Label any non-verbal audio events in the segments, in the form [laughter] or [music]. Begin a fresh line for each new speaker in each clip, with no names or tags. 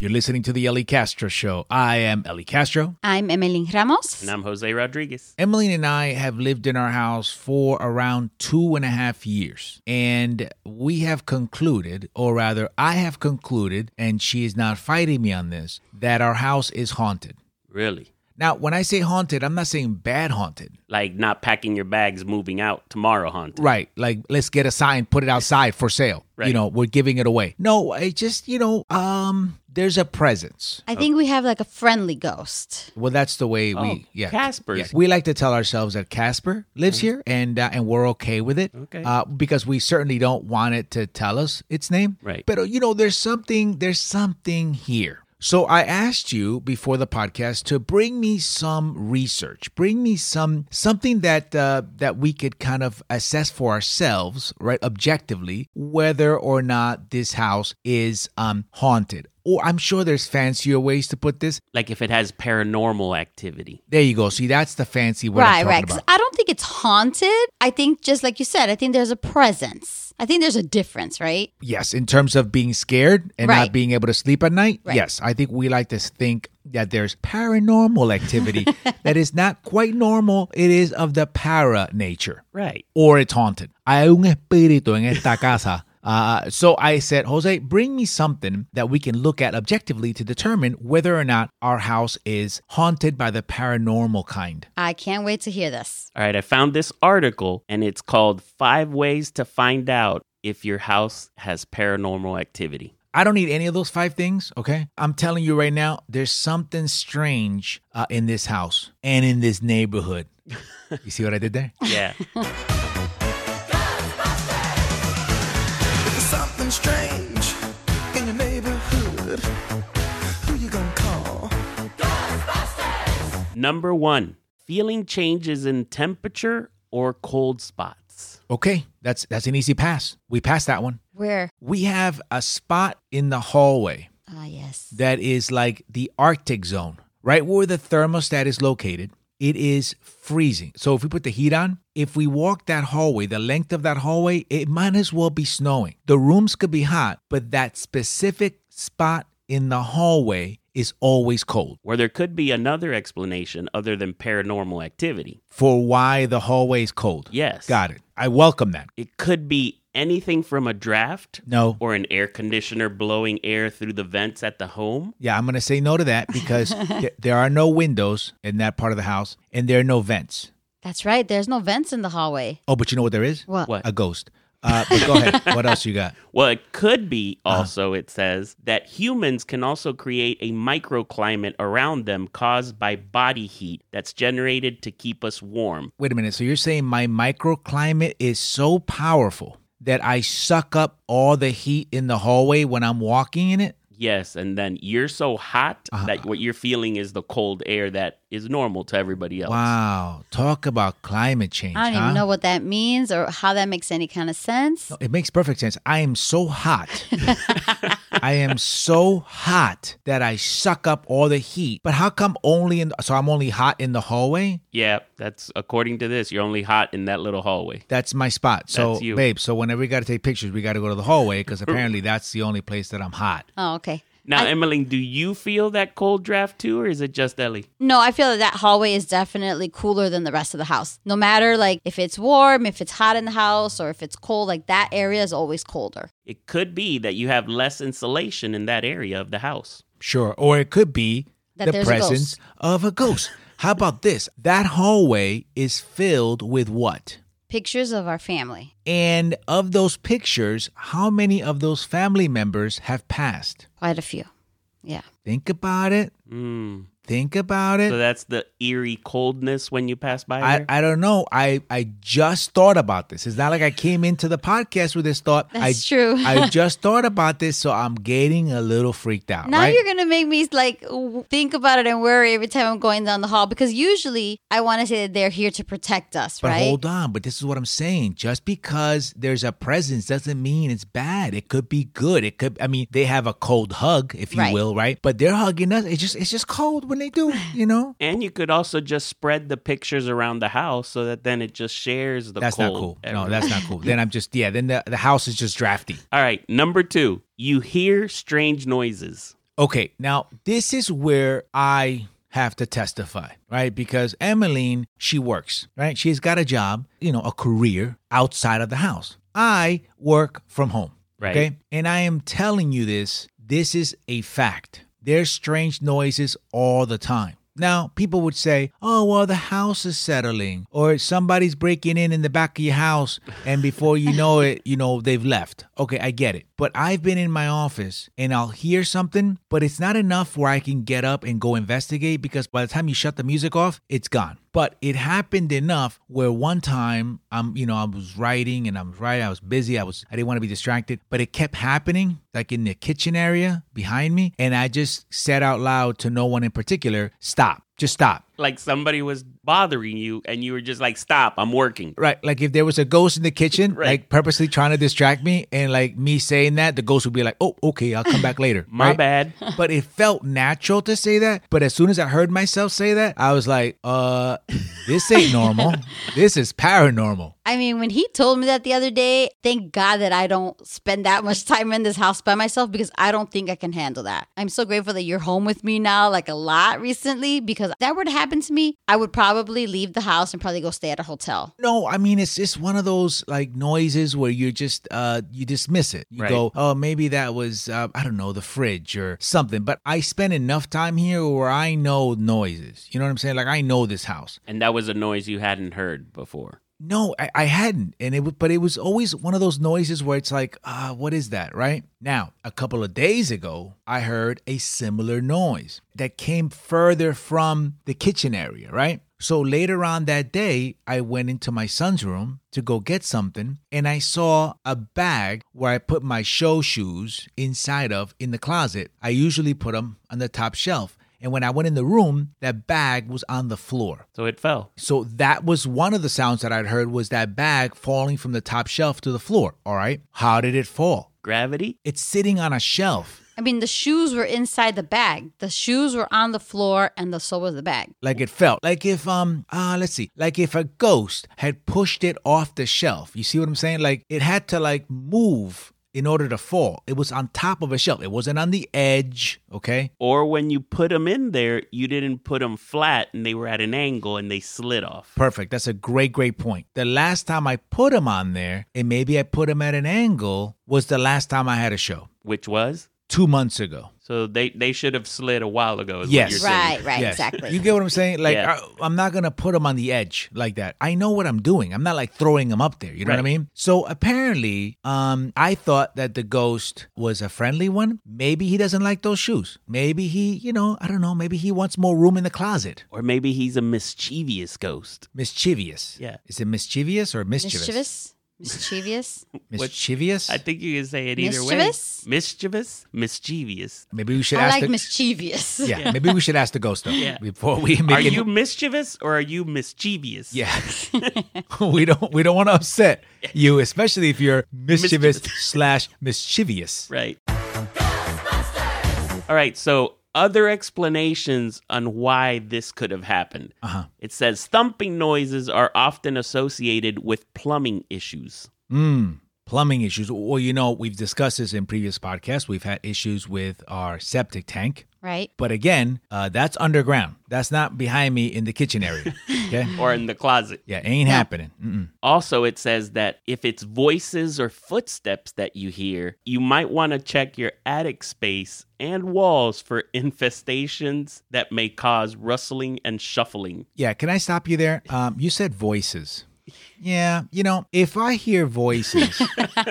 You're listening to the Ellie Castro Show. I am Ellie Castro.
I'm Emeline Ramos.
And I'm Jose Rodriguez.
Emmeline and I have lived in our house for around two and a half years. And we have concluded, or rather, I have concluded, and she is not fighting me on this, that our house is haunted.
Really?
Now, when I say haunted, I'm not saying bad haunted.
Like not packing your bags, moving out tomorrow, haunted.
Right. Like, let's get a sign, put it outside for sale. You
Right.
know, we're giving it away. No, it just, you know, um, there's a presence.
I think we have like a friendly ghost.
Well, that's the way
Oh,
we yeah.
Casper's. Mm-hmm.
Yeah. We like to tell ourselves that Casper lives here and uh, and we're okay with it.
Okay.
Uh, because we certainly don't want it to tell us its name.
Right.
But uh, you know, there's something there's something here. So I asked you before the podcast to bring me some research, bring me some something that uh, that we could kind of assess for ourselves, right, objectively, whether or not this house is um, haunted. Or I'm sure there's fancier ways to put this,
Like if it has paranormal activity.
there you go. See, that's the fancy word.
right,
I'm
right.
talking
'Cause
About.
I don't think it's haunted. I think, just like you said, I think there's a presence. I think there's a difference, right?
Yes, in terms of being scared and not
Right.
being able to sleep at night.
Right.
Yes, I think we like to think that there's paranormal
[laughs]
activity that is not quite normal. It is of the para nature,
Right.
or it's haunted. Hay un espíritu en esta
[laughs]
casa. Uh, so I said, Jose, bring me something that we can look at objectively to determine whether or not our house is haunted by the paranormal kind.
I can't wait to hear this.
All right, I found this article and it's called Five Ways to Find Out If Your House Has Paranormal Activity.
I don't need any of those five things, okay? I'm telling you right now, there's something strange uh, in this house and in this neighborhood. you see what I did there?
[laughs] Yeah.
There's something strange in your neighborhood. Who you gonna call?
Number one, feeling changes in temperature or cold spots.
Okay, that's that's an easy pass. We passed that one.
Where?
We have a spot in the hallway
Ah, yes.
that is like the Arctic zone, right where the thermostat is located. It is freezing. So if we put the heat on, if we walk that hallway, the length of that hallway, it might as well be snowing. The rooms could be hot, but that specific spot in the hallway is always cold.
Where there could be another explanation other than paranormal activity.
For why the hallway is cold.
Yes.
Got it. I welcome that.
It could be anything from a draft
No.
or an air conditioner blowing air through the vents at the home.
Yeah, I'm going to say no to that because th- there are no windows in that part of the house and there are no vents.
That's right. There's no vents in the hallway.
Oh, but you know what there is?
What?
What?
A ghost. Uh, but go ahead. What else you got?
Well, it could be also, it says, that humans can also create a microclimate around them caused by body heat that's generated to keep us warm.
[laughs] Wait a minute. So you're saying my microclimate is so powerful that I suck up all the heat in the hallway when I'm walking in it?
Yes, and then you're so hot that what you're feeling is the cold air that is normal to everybody else.
Wow. Talk about climate change.
I don't
huh?
even know what that means or how that makes any kind of sense.
It makes perfect sense. I am so
[laughs]
hot. I am so hot that I suck up all the heat. But how come only in so I'm only hot in the hallway?
Yeah, that's according to this. You're only hot in that little hallway.
That's my spot. So
That's you.
babe, so whenever we got to take pictures, we got to go to the hallway [laughs] because apparently that's the only place that I'm hot.
Oh, okay.
Now, Emmeline, do you feel that cold draft too, or is it just Ellie?
No, I feel that that hallway is definitely cooler than the rest of the house. No matter like if it's warm, if it's hot in the house, or if it's cold, like that area is always colder.
It could be that you have less insulation in that area of the house.
Sure. Or it could be
That
the
there's a ghost.
presence of a ghost. How about this? That hallway is filled with what?
Pictures of our family.
And of those pictures, how many of those family members have passed?
Quite a few. Yeah.
Think about it.
Mm.
Think about it.
So that's the eerie coldness when you pass by.
I,
there?
I don't know. I, I just thought about this. It's not like I came into the podcast with this thought.
That's
I,
true. [laughs]
I just thought about this, so I'm getting a little freaked out.
Now
right?
you're gonna make me like w- think about it and worry every time I'm going down the hall because usually I want to say that they're here to protect us,
But
right?
hold on, but this is what I'm saying. Just because there's a presence doesn't mean it's bad. It could be good. It could I mean, they have a cold hug, if you
Right.
will, right? But they're hugging us. It's just it's just cold when they do, you
[sighs]
know?
and you could also just spread the pictures around the house so that then it just shares the
That's
cold.
not cool. No,
everywhere.
that's not cool.
[laughs]
then I'm just yeah, then the, the house is just drafty.
All right, number two, you hear strange noises.
Okay, now this is where I have to testify, right? Because Emmeline, she works, right? She's got a job, you know, a career outside of the house. I work from home.
Right.
Okay. And I am telling you this, this is a fact. There's strange noises all the time. Now, people would say, oh, well, the house is settling, or somebody's breaking in in the back of your house. And before you know it, you know, they've left. Okay, I get it. But I've been in my office and I'll hear something, but it's not enough where I can get up and go investigate because by the time you shut the music off, it's gone. But it happened enough where one time I'm, you know, I was writing and I was writing, I was busy, I was, I didn't want to be distracted, but it kept happening like in the kitchen area behind me. And I just said out loud to no one in particular, stop, just stop.
Like somebody was bothering you and you were just like, stop, I'm working.
Right. Like if there was a ghost in the kitchen,
[laughs] Right.
like purposely trying to distract me and like me saying that, the ghost would be like, oh, okay, I'll
[laughs]
come back later.
My
Right?
bad.
[laughs] but it felt natural to say that. But as soon as I heard myself say that, I was like, uh, this ain't
[laughs]
normal. this is paranormal.
I mean, when he told me that the other day, thank God that I don't spend that much [laughs] time in this house by myself because I don't think I can handle that. I'm so grateful that you're home with me now, like a lot recently, because if that were to happen to me, I would probably leave the house and probably go stay at a hotel.
No, I mean it's just one of those like noises where you just uh you dismiss it. You
Right.
go, oh maybe that was uh, I don't know the fridge or something. But I spend enough time here where I know noises. You know what I'm saying? Like I know this house.
And that was a noise you hadn't heard before.
No, I, I hadn't, and it was, but it was always one of those noises where it's like, ah, what is that, right? Now, a couple of days ago, I heard a similar noise that came further from the kitchen area, right? So later on that day, I went into my son's room to go get something, and I saw a bag where I put my show shoes inside of in the closet. I usually put them on the top shelf. And when I went in the room, that bag was on the floor.
So it fell.
So that was one of the sounds that I'd heard was that bag falling from the top shelf to the floor. All right. How did it fall?
Gravity?
It's sitting on a shelf.
I mean, the shoes were inside the bag. The shoes were on the floor, and the so was the bag.
Like it felt. Like if um ah let's see. Like if a ghost had pushed it off the shelf. You see what I'm saying? Like it had to like move in order to fall. It was on top of a shelf. It wasn't on the edge. Okay.
Or when you put them in there, you didn't put them flat and they were at an angle and they slid off.
Perfect. That's a great, great point. The last time I put him on there, and maybe I put him at an angle, was the last time I had a show.
Which was?
Two months ago.
So they, they should have slid a while ago. Is
Yes.
What you're saying.
Right, right,
Yes.
exactly.
You get what I'm saying? Like,
Yeah.
I, I'm not going to put them on the edge like that. I know what I'm doing. I'm not like throwing them up there. You know what I
Right.
mean? So apparently, um, I thought that the ghost was a friendly one. Maybe he doesn't like those shoes. Maybe he, you know, I don't know. Maybe he wants more room in the closet.
Or maybe he's a mischievous ghost.
Mischievous.
Yeah.
Is it mischievous or mischievous?
Mischievous,
[laughs]
mischievous.
Mischievous?
I think you can say it either
Mischievous?
way. Mischievous? Mischievous.
maybe we should
I
ask
like
the.
mischievous.
yeah,
[laughs]
maybe we should ask the ghost though
Yeah.
before we make
Are
it.
you mischievous or are you mischievous?
Yeah. [laughs] we don't we don't want to upset you, especially if you're mischievous slash mischievous.
Right. All right. So, other explanations on why this could have happened.
Uh-huh.
It says thumping noises are often associated with plumbing issues.
Mm. Plumbing issues. Well, you know, we've discussed this in previous podcasts. We've had issues with our septic tank.
Right?
But again, uh, that's underground. That's not behind me in the kitchen area. Okay.
Or in the closet.
yeah, ain't happening. Mm-mm.
Also, it says that if it's voices or footsteps that you hear, you might want to check your attic space and walls for infestations that may cause rustling and shuffling.
Yeah, can I stop you there? Um, you said voices. Yeah, you know, if I hear voices,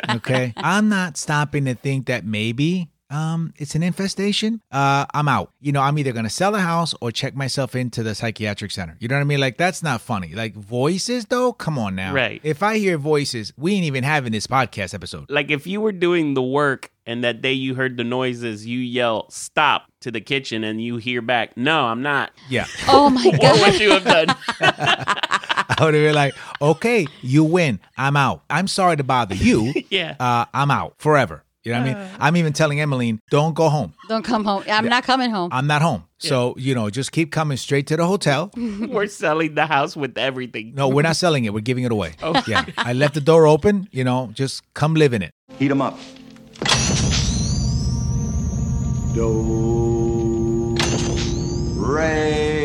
okay, I'm not stopping to think that maybe um, it's an infestation. Uh, I'm out. You know, I'm either going to sell the house or check myself into the psychiatric center. You know what I mean? Like, that's not funny. Like, voices, though? Come on now.
Right.
If I hear voices, we ain't even having this podcast episode.
Like if you were doing the work and that day you heard the noises, you yell, stop to the kitchen and you hear back, no, I'm not.
Yeah.
Oh my
[laughs]
What
god!
would you have done? [laughs]
I would have been like, okay, you win. I'm out. I'm sorry to bother you.
yeah.
Uh, I'm out forever. You know what I mean? I'm even telling Emmeline, don't go home.
Don't come home. I'm not coming home.
I'm not home. So, you know, just keep coming straight to the hotel.
We're selling the house with everything.
No, we're not selling it. We're giving it away. Oh. Yeah. I left the door open, you know, just come live in it.
Heat 'em up.
Do. Ray.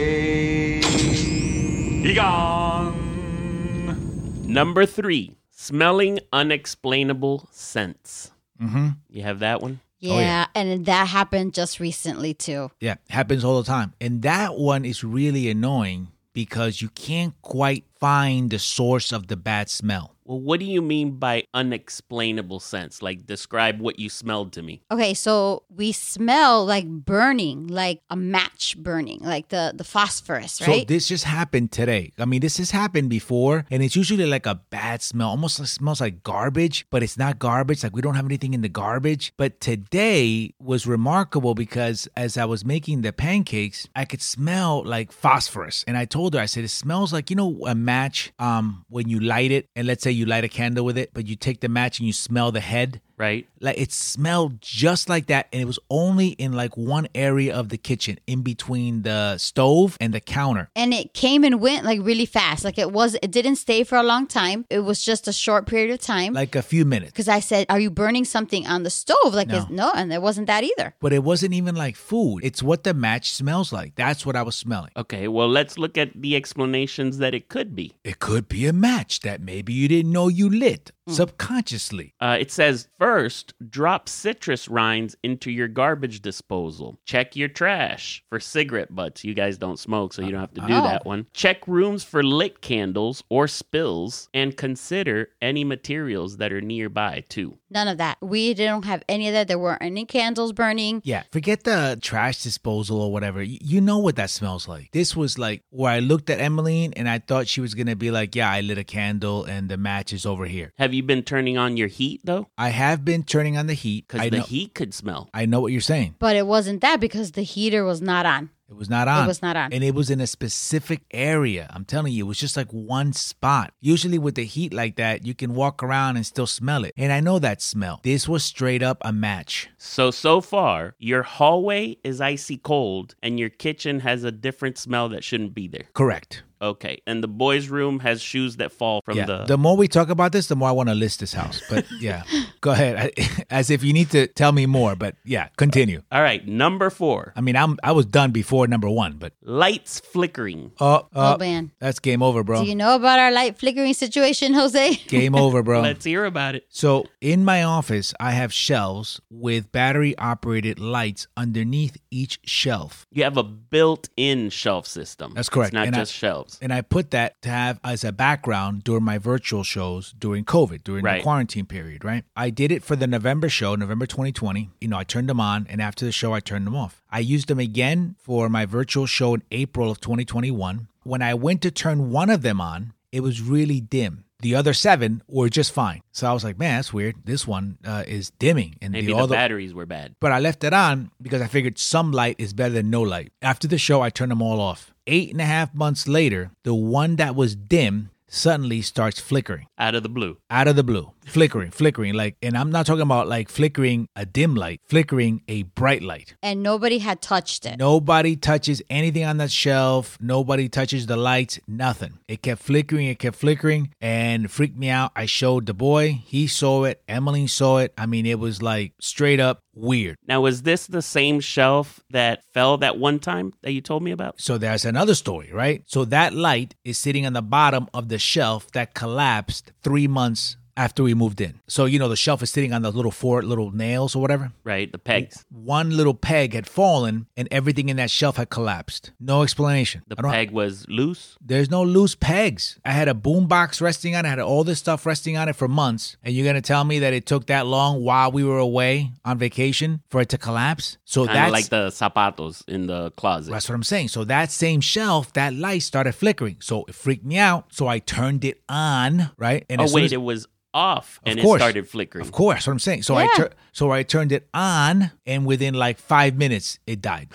Number three, smelling unexplainable scents.
Mm-hmm.
You have that one?
Yeah,
yeah.
and that happened just recently too.
Yeah, happens all the time. And that one is really annoying because you can't quite find the source of the bad smell.
Well, what do you mean by unexplainable scents? Like, describe what you smelled to me.
Okay, so we smell like burning, like a match burning, like the the phosphorus,
So
right?
this just happened today. I mean, this has happened before, and it's usually like a bad smell, almost like, smells like garbage, but it's not garbage. Like we don't have anything in the garbage. But today was remarkable because as I was making the pancakes, I could smell like phosphorus, and I told her, I said, it smells like you know a match. Um, when you light it, and let's say you light a candle with it, but you take the match and you smell the head.
Right?
Like it smelled just like that, and it was only in like one area of the kitchen, in between the stove and the counter.
and it came and went like really fast. Like it was it didn't stay for a long time. It was just a short period of time.
like a few minutes.
because I said, "Are you burning something on the stove?" Like
No.
it's- no, and it wasn't that either.
But it wasn't even like food. It's what the match smells like. That's what I was smelling.
Okay, well, let's look at the explanations that it could be.
It could be a match that maybe you didn't know you lit
Mm.
subconsciously.
Uh, it says first, drop citrus rinds into your garbage disposal. Check your trash for cigarette butts. You guys don't smoke, so you don't have to do
Oh.
that one. Check rooms for lit candles or spills and consider any materials that are nearby, too.
None of that. We didn't have any of that. There weren't any candles burning.
Yeah, forget the trash disposal or whatever. Y- You know what that smells like. This was like where I looked at Emmeline and I thought she was going to be like, Yeah, I lit a candle and the match is over here.
Have you been turning on your heat, though?
I have been turning on the heat. I
Because the
know,
heat could smell.
I know what you're saying.
But it wasn't that because the heater was not on.
It was not on.
It was not on.
And it was in a specific area. I'm telling you, it was just like one spot. Usually, with the heat like that, you can walk around and still smell it. And I know that smell. This was straight up a match.
So, so far, your hallway is icy cold and your kitchen has a different smell that shouldn't be there.
Correct.
Okay. And the boys' room has shoes that fall from
yeah.
the.
more we talk about this, the more I want to list this house.
[laughs]
But yeah, go ahead. I, [laughs] as if you need to tell me more. But yeah, continue.
All right. Number four
I mean, I'm I was done before number one, but
lights flickering.
uh, uh,
oh man,
that's game over, bro.
do you know about our light flickering situation, [laughs] Jose?
game over, bro.
Let's hear about it.
So in my office, I have shelves with battery operated lights underneath each shelf.
You have a built in shelf system.
That's correct.
It's not
And I-
just shelves.
And I put that to have as a background during my virtual shows during COVID, during the
Right.
quarantine period, right? I did it for the November show, November 2020. You know, I turned them on, and after the show, I turned them off. I used them again for my virtual show in April of 2021. When I went to turn one of them on, it was really dim. The other seven were just fine. So I was like, man, that's weird. This one uh, is dimming. And
Maybe
the
the
other,
batteries were bad.
but I left it on because I figured some light is better than no light. After the show, I turned them all off. Eight and a half months later, the one that was dim suddenly starts flickering
Out of the blue.
out of the blue, flickering, flickering. Like, and I'm not talking about like flickering a dim light, flickering a bright light.
and nobody had touched it.
Nobody touches anything on that shelf. Nobody touches the lights. Nothing. It kept flickering. It kept flickering and it freaked me out. I showed the boy. He saw it. Emmeline saw it. I mean, it was like straight up weird.
Now, is this the same shelf that fell that one time that you told me about?
So that's another story, right? So that light is sitting on the bottom of the shelf that collapsed three months after we moved in. So, you know, the shelf is sitting on those little four little nails or whatever.
Right. The pegs.
One little peg had fallen and everything in that shelf had collapsed. No explanation.
The
I don't-
peg was loose.
There's no loose pegs. I had a boombox resting on it. I had all this stuff resting on it for months. And you're going to tell me that it took that long while we were away on vacation for it to collapse? So
Kind
that's
of like the zapatos in the closet.
That's what I'm saying. So that same shelf, that light started flickering. So it freaked me out. So I turned it on, right? And
Oh
as soon as-
wait, it was off and
course.
it started flickering.
of course, that's what I'm saying. So I
Yeah.
tur- so I turned it on, and within like five minutes, it
[laughs]
died.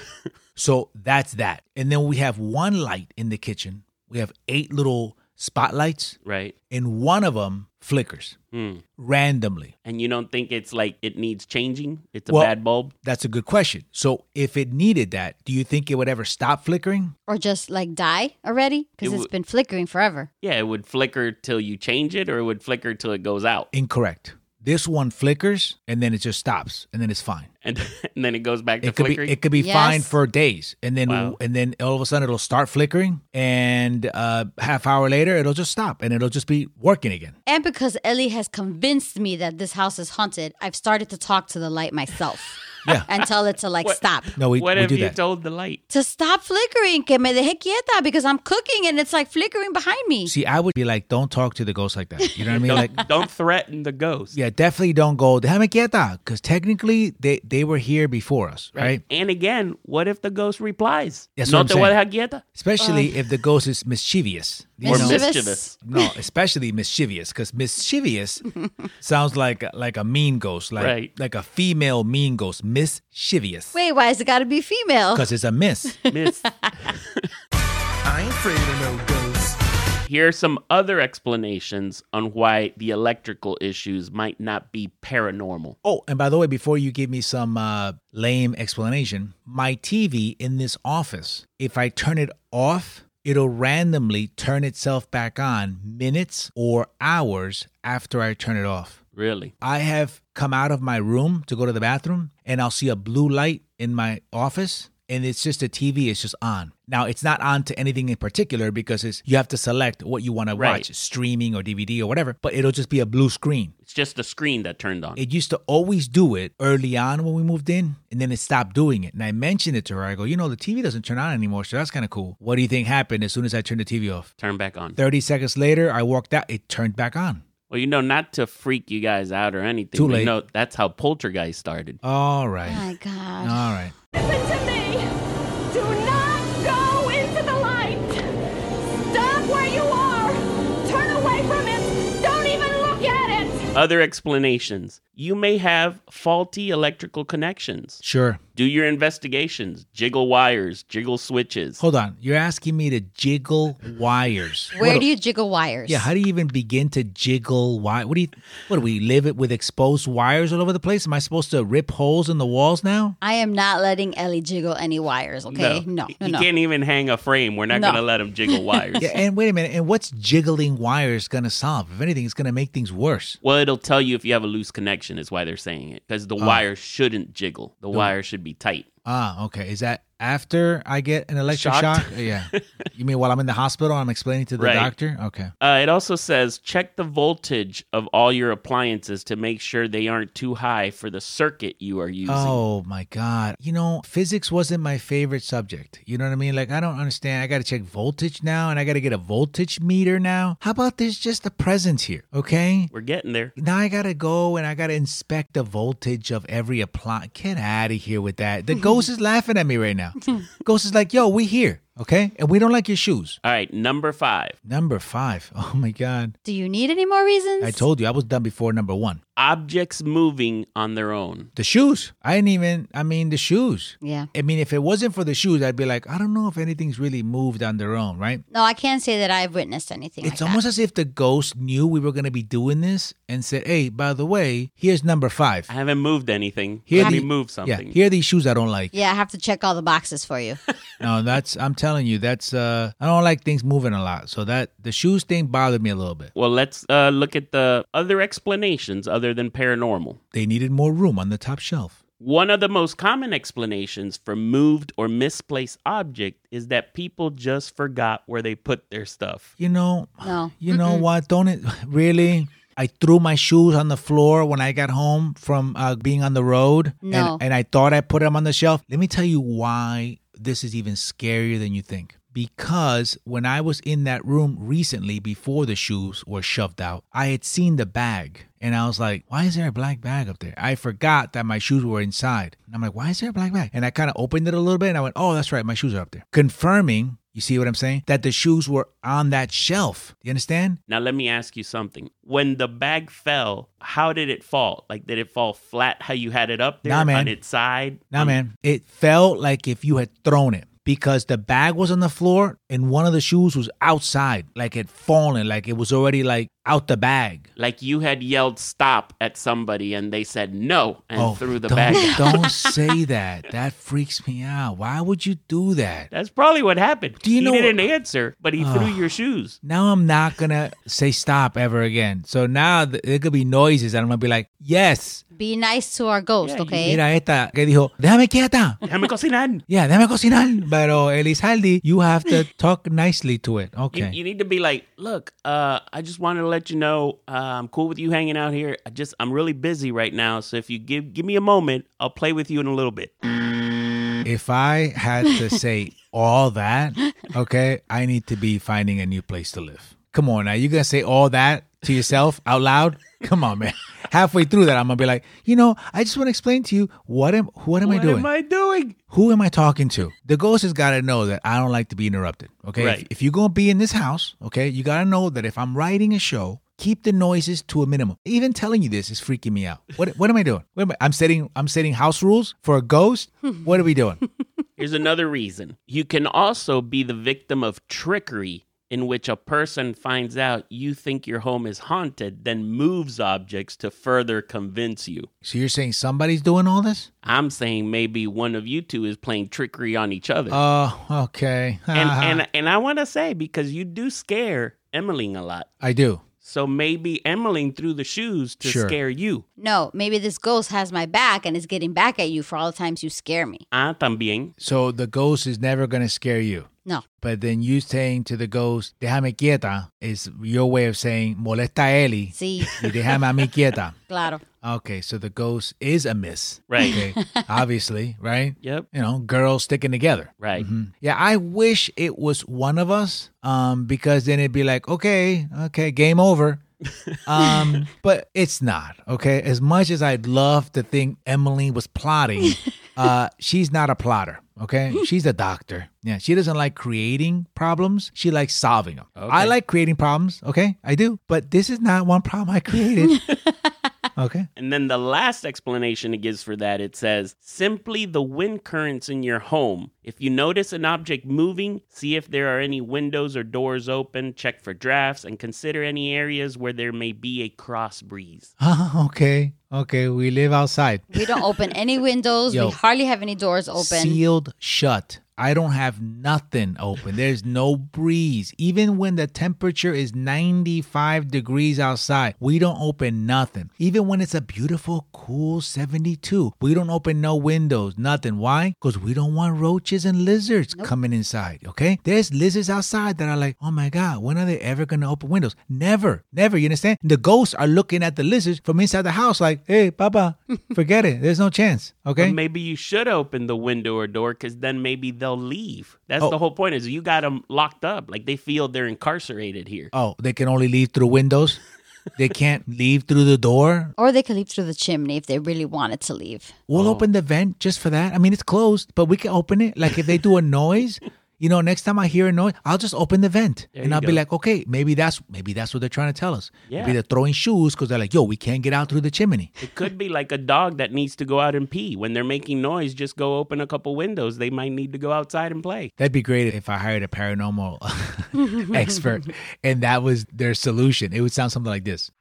so that's that. And then we have one light in the kitchen. We have eight little spotlights,
Right.
and one of them flickers
Hmm.
randomly.
And you don't think it's like it needs changing? It's a
Well-
bad bulb.
That's a good question. So if it needed that, do you think it would ever stop flickering?
Or just like die already? Because
It
it has
wa-
been flickering forever.
Yeah, it would flicker till you change it, or it would flicker till it goes out.
Incorrect. This one flickers and then it just stops and then it's fine.
[laughs] and, and then it goes back to
It could
flickering.
be it could be
Yes.
fine for days, and then
Wow.
and then all of a sudden it'll start flickering, and uh, half hour later it'll just stop and it'll just be working again.
And because Ellie has convinced me that this house is haunted, I've started to talk to the light myself.
[laughs] Yeah.
And tell it to like
What-
stop.
No, we,
what
we
have
do
you
that.
told the light?
To stop flickering, que me deje quieta because I'm cooking and it's like flickering behind me.
See, I would be like, don't talk to the ghost like that.
[laughs]
You know what I mean? Like,
Don't, don't threaten the ghost.
yeah, definitely don't go. Déjame quieta, because technically they they were here before us, right?
And again, what if the ghost replies?
That's
no
what
te
I'm
voy a
saying.
dejar quieta.
Especially if the ghost is mischievous. you
Or
know?
Mischievous.
mischievous.
No, especially mischievous, because mischievous sounds like like a mean ghost, like
Right.
like a female mean ghost, mischievous,
Wait, why has it got to be female?
because it's a miss. [laughs]
Miss.
I ain't afraid of no ghosts.
Here are some other explanations on why the electrical issues might not be paranormal.
Oh, and by the way, before you give me some uh, lame explanation, my TV in this office, if I turn it off, it'll randomly turn itself back on minutes or hours after I turn it off.
Really?
I have come out of my room to go to the bathroom and I'll see a blue light in my office and it's just a TV it's just on. Now it's not on to anything in particular because it's you have to select what you want to
Right.
watch, streaming or DVD or whatever, but it'll just be a blue screen.
It's just the screen that turned on.
It used to always do it early on when we moved in, and then it stopped doing it. And I mentioned it to her. I go, you know, the TV doesn't turn on anymore, so that's kind of cool. What do you think happened as soon as I turned the TV off?
Turn back on.
30 seconds later, I walked out, it turned back on.
Well, you know, not to freak you guys out or anything.
Too
but
late.
You know, that's how poltergeist started.
All
oh
right.
my God.
All right.
Listen to me! Do not go into the light! Stop where you are! Turn away from it! Don't even look at it!
Other explanations. You may have faulty electrical connections.
Sure.
Do your investigations. Jiggle wires, jiggle switches.
Hold on. You're asking me to jiggle wires.
Where
What
do you jiggle wires?
Yeah, how do you even begin to jiggle wire? What do you what do we live it with exposed wires all over the place? Am I supposed to rip holes in the walls now?
I am not letting Ellie jiggle any wires, okay? No, no,
You
no.
can't even hang a frame. We're not
No.
going to let
[laughs]
him jiggle wires.
Yeah, and wait a minute. And what's jiggling wires going to solve? If anything, it's going to make things worse.
Well, it'll tell you if you have a loose connection, is why they're saying it. Because the
Oh.
wire shouldn't jiggle, the wire should be tight.
Ah, okay. Is that after I get an electric
Shocked?
shock? Yeah. you mean while I'm in the hospital, I'm explaining to the
Right.
doctor? Okay.
Uh, it also says check the voltage of all your appliances to make sure they aren't too high for the circuit you are using.
Oh my God. You know, physics wasn't my favorite subject. You know what I mean? Like, I don't understand. I got to check voltage now and I got to get a voltage meter now. How about there's just a presence here? Okay.
We're getting there.
Now I gotta go and I gotta inspect the voltage of every appliance. Get out of here with that. The ghost is laughing at me right now. ghost is like, yo, we here, okay? And we don't like your shoes.
All right, number five
Number five. [laughs] Oh my God.
Do you need any more reasons?
I told you I was done before number one.
objects moving on their own.
The shoes. I didn't even, I mean, the shoes.
Yeah.
I mean, if it wasn't for the shoes, I'd be like, I don't know if anything's really moved on their own, right?
No, I can't say that I've witnessed anything
It's
like
almost as if the ghost knew we were going to be doing this and said, hey, by the way, here's number five.
I haven't moved anything.
Here
Let me
the-
move something.
Yeah, here are these shoes I don't like.
that. Yeah, I have to check all the boxes for
[laughs]
you.
No, that's I'm telling you, that's uh I don't like things moving a lot. So that the shoes thing bothered me a little bit.
Well, let's uh, look at the other explanations other than paranormal.
They needed more room on the top shelf.
One of the most common explanations for moved or misplaced object is that people just forgot where they put their stuff.
You know,
No.
you know what? Don't it really? I threw my shoes on the floor when I got home from uh, being on the road,
No.
and, and I thought I put them on the shelf. Let me tell you why this is even scarier than you think. Because when I was in that room recently before the shoes were shoved out, I had seen the bag and I was like, why is there a black bag up there? I forgot that my shoes were inside. And I'm like, why is there a black bag? And I kind of opened it a little bit and I went, oh, that's right, my shoes are up there. Confirming, you see what I'm saying? That the shoes were on that shelf. You understand?
Now, let me ask you something. When the bag fell, how did it fall? Like, did it fall flat how you had it up there
Nah, man.
on its side?
Nah, man. It felt like if you had thrown it because the bag was on the floor and one of the shoes was outside, like it fallen, like it was already like out the bag.
Like you had yelled stop at somebody and they said no and threw the
Oh, don't,
bag. at-
Don't
[laughs]
say that. That freaks me out. Why would you do that?
That's probably what happened.
Do you
he
know-
didn't answer, but he threw your shoes.
Now I'm not gonna say stop ever again. So now th- there could be noises, and I'm gonna be like, "Yes,
Be nice to our ghost,
Yeah, you
okay?
mira esta que dijo, déjame quieta."
Déjame cocinar.
Yeah, déjame cocinar. Pero Elizalde, you have to talk nicely to it.
You,
Okay.
you need to be like, look, uh, I just wanted to let you know uh, I'm cool with you hanging out here. I just I'm really busy right now, so if you give give me a moment, I'll play with you in a little bit.
if I had
[laughs]
to say all that, okay, I need to be finding a new place to live. Come on now, you gonna say all that to yourself out loud? Come on, man. Halfway through that, I'm gonna be like, you know, I just want to explain to you what am what am I
what
doing?
am I doing?
Who am I talking to? The ghost has got to know that I don't like to be interrupted. Okay,
Right.
if, if you're gonna be in this house, okay, you gotta know that if I'm writing a show. Keep the noises to a minimum. Even telling you this is freaking me out. What, what am I doing? What am I, I'm setting I'm setting house rules for a
[laughs]
ghost. What are we doing?
Here's another reason. You can also be the victim of trickery in which a person finds out you think your home is haunted, then moves objects to further convince you.
So you're saying somebody's doing all this?
I'm saying maybe one of you two is playing trickery on each other.
Oh, Uh-huh. okay. Ah,
and, and and I want to say because you do scare Emmeline a lot.
I do.
So maybe Emmeline threw the shoes to
Sure.
scare you.
No, maybe this ghost has my back and is getting back at you for all the times you scare me.
Ah, también.
So the ghost is never going to scare you.
No.
But then you saying to the ghost, déjame quieta, is your way of saying, molesta a Eli [laughs]
See,
y déjame a mí quieta.
claro.
Okay, so the ghost is a miss.
Right.
Okay, obviously, right?
Yep.
You know, girls sticking together.
Right.
Mhm. Yeah, I wish it was one of us, um, because then it'd be like, okay, okay, game over. Um, but it's not okay. As much as I'd love to think Emily was plotting, uh, she's not a plotter. Okay, she's a doctor. Yeah, she doesn't like creating problems. She likes solving them. I
Okay.
like creating problems. Okay, I do. But this is not one problem I created. okay. [laughs]
And then the last explanation it gives for that it says simply the wind currents in your home. If you notice an object moving, see if there are any windows or doors open, check for drafts, and consider any areas where there may be a cross breeze.
okay. Okay. We live outside.
We don't open any windows.
Yo.
We hardly have any doors open.
Sealed shut. I don't have nothing open. There's no breeze. Even when the temperature is 95 degrees outside, we don't open nothing. Even when it's a beautiful, cool 72, we don't open no windows, nothing. Why? Because we don't want roaches and lizards coming inside, okay? There's lizards outside that are like, oh my God, when are they ever going to open windows? Never, never, you understand? The ghosts are looking at the lizards from inside the house like, hey, Papa, forget it. There's no chance, okay?
But maybe you should open the window or door because then maybe they'll leave. That's
Oh.
the whole point is you got them locked up. Like they feel they're incarcerated here.
Oh, they can only leave through windows. they can't [laughs] leave through the door.
Or they could leave through the chimney if they really wanted to leave.
We'll
Oh.
open the vent just for that. I mean, it's closed, but we can open it. Like if they do a noise, you know, next time I hear a noise, I'll just open the vent and
you
I'll be
go.
like, okay, maybe that's maybe that's what they're trying to tell us.
Yeah.
Maybe they're throwing shoes because they're like, yo, we can't get out through the chimney.
It could be like a dog that needs to go out and pee. When they're making noise, just go open a couple windows. They might need to go outside and play.
That'd be great if I hired a paranormal [laughs] expert and that was their solution. It would sound something like this.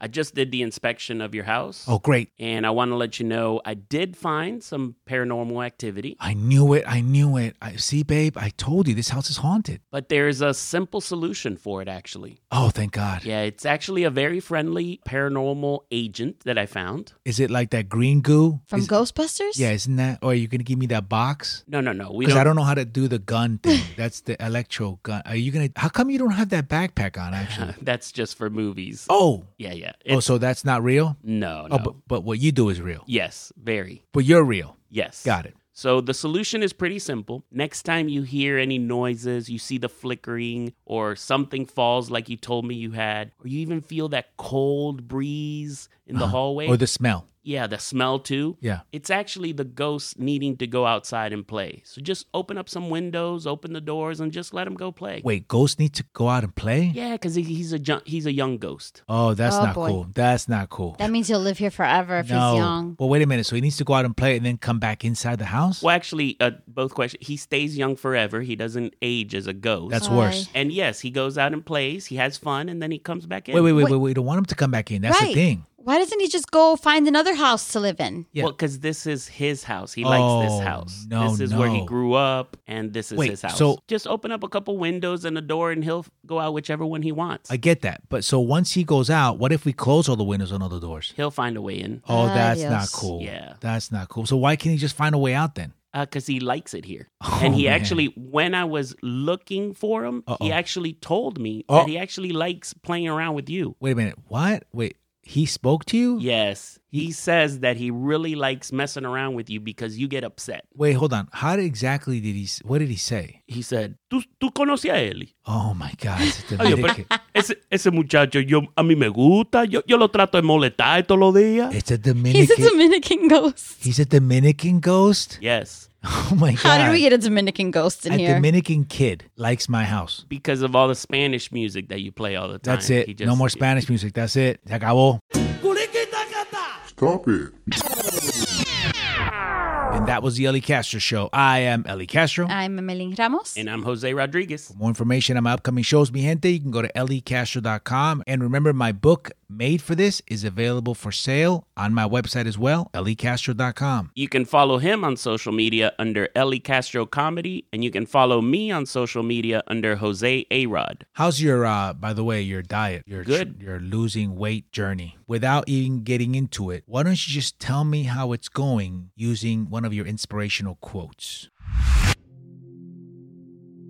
I just did the inspection of your house.
Oh, great.
And I want to let you know I did find some paranormal activity,
I knew it. I knew it. I see, babe, I told you this house is haunted.
but there's a simple solution for it actually.
Oh, thank God.
Yeah, it's actually a very friendly paranormal agent that I found.
Is it like that green goo?
From
Is-
Ghostbusters?
Yeah, isn't that? Or are you gonna give me that box?
No, no, no. We
Because
don't,
I don't know how to do the gun thing. That's the electro gun. Are you gonna? How come you don't have that backpack on?
[laughs]
Actually.
that's just for movies.
Oh.
Yeah, yeah.
Oh,
It's-
so that's not real.
no, no.
Oh, but but what you do is real.
yes, very.
But you're real.
Yes.
Got it.
So the solution is pretty simple. Next time you hear any noises, you see the flickering, or something falls like you told me you had, or you even feel that cold breeze in the hallway,
Uh-huh. Or the smell.
Yeah, the smell too.
Yeah.
It's actually the ghost needing to go outside and play. So just open up some windows, open the doors, and just let him go play.
Wait, ghosts need to go out and play?
Yeah, because he, he's a ju- he's a young ghost.
Oh, that's
Oh,
not
boy.
cool. That's not cool.
That means he'll live here forever if he's young.
Well, wait a minute. So he needs to go out and play and then come back inside the house?
Well, actually, uh, both questions. He stays young forever. He doesn't age as a ghost.
That's
Bye.
worse.
and yes, he goes out and plays. He has fun, and then he comes back in.
Wait, wait, wait, wait, wait. We don't want him to come back in. That's
right.
the thing.
Why doesn't he just go find another house to live in?
Yeah.
Well, because this is his house. He likes
Oh,
this house.
no,
this is where he
no.
grew up, and this is
Wait,
his house.
so-
just open up a couple windows and a door, and he'll go out whichever one he wants.
I get that. But so once he goes out, what if we close all the windows and all the doors?
he'll find a way in
Ah,
Oh, that's not
Adios.
cool.
Yeah.
That's not cool. So why can't he just find a way out then?
because uh, he likes it here.
Oh,
and he
man.
actually, when I was looking for him,
Uh-oh.
he actually told me
Oh.
that he actually likes playing around with you.
Wait a minute. What? Wait. He spoke to you?
Yes. He says that he really likes messing around with you because you get upset.
Wait, hold on. How did- exactly did he? s- What did he say?
He said, Tú, tú conoces a Eli.
Oh my God! It's
[laughs]
a
Oye,
Dominican.
pero ese, ese muchacho yo, a mí me gusta. Yo, yo lo trato de molestar todos los días.
it's a
[laughs] He's
Dominican.
a Dominican ghost.
He's a Dominican ghost.
Yes.
[laughs] Oh my God!
How did we get a Dominican ghost in
a
here?
Dominican kid likes my house.
Because of all the Spanish music that you play all the time.
That's
He
it.
just-
no more Spanish music. That's it. Se acabó.
Stop it.
And that was the Ellie Castro show. I am Ellie Castro.
I'm Emeline Ramos.
And I'm Jose Rodriguez.
For more information on my upcoming shows, mi gente, you can go to E elliecastro.com. And remember, my book, Made for This, is available for sale on my website as well, E elliecastro.com.
You can follow him on social media under Ellie Castro Comedy, and you can follow me on social media under Jose Arod.
How's your, uh, by the way, your diet, your,
Good.
your losing weight journey? Without even getting into it, why don't you just tell me how it's going using one of your inspirational quotes?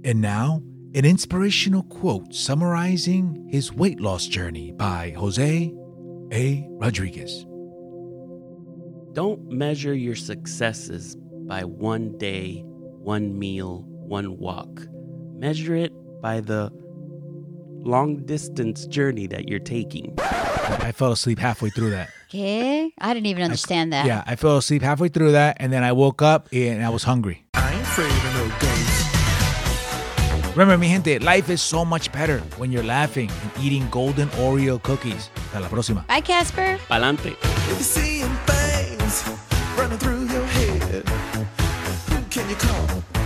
And now, an inspirational quote summarizing his weight loss journey by Jose A. Rodriguez.
Don't measure your successes by one day, one meal, one walk. Measure it by the long distance journey that you're taking.
I fell asleep halfway through that.
Okay. I didn't even understand that.
Yeah, I fell asleep halfway through that, and then I woke up and I was hungry.
I ain't afraid of no ghosts.
Remember, mi gente, life is so much better when you're laughing and eating golden Oreo cookies. Hasta la próxima.
Bye, Casper.
Palante.
If you're seeing things running through your head, who can you call?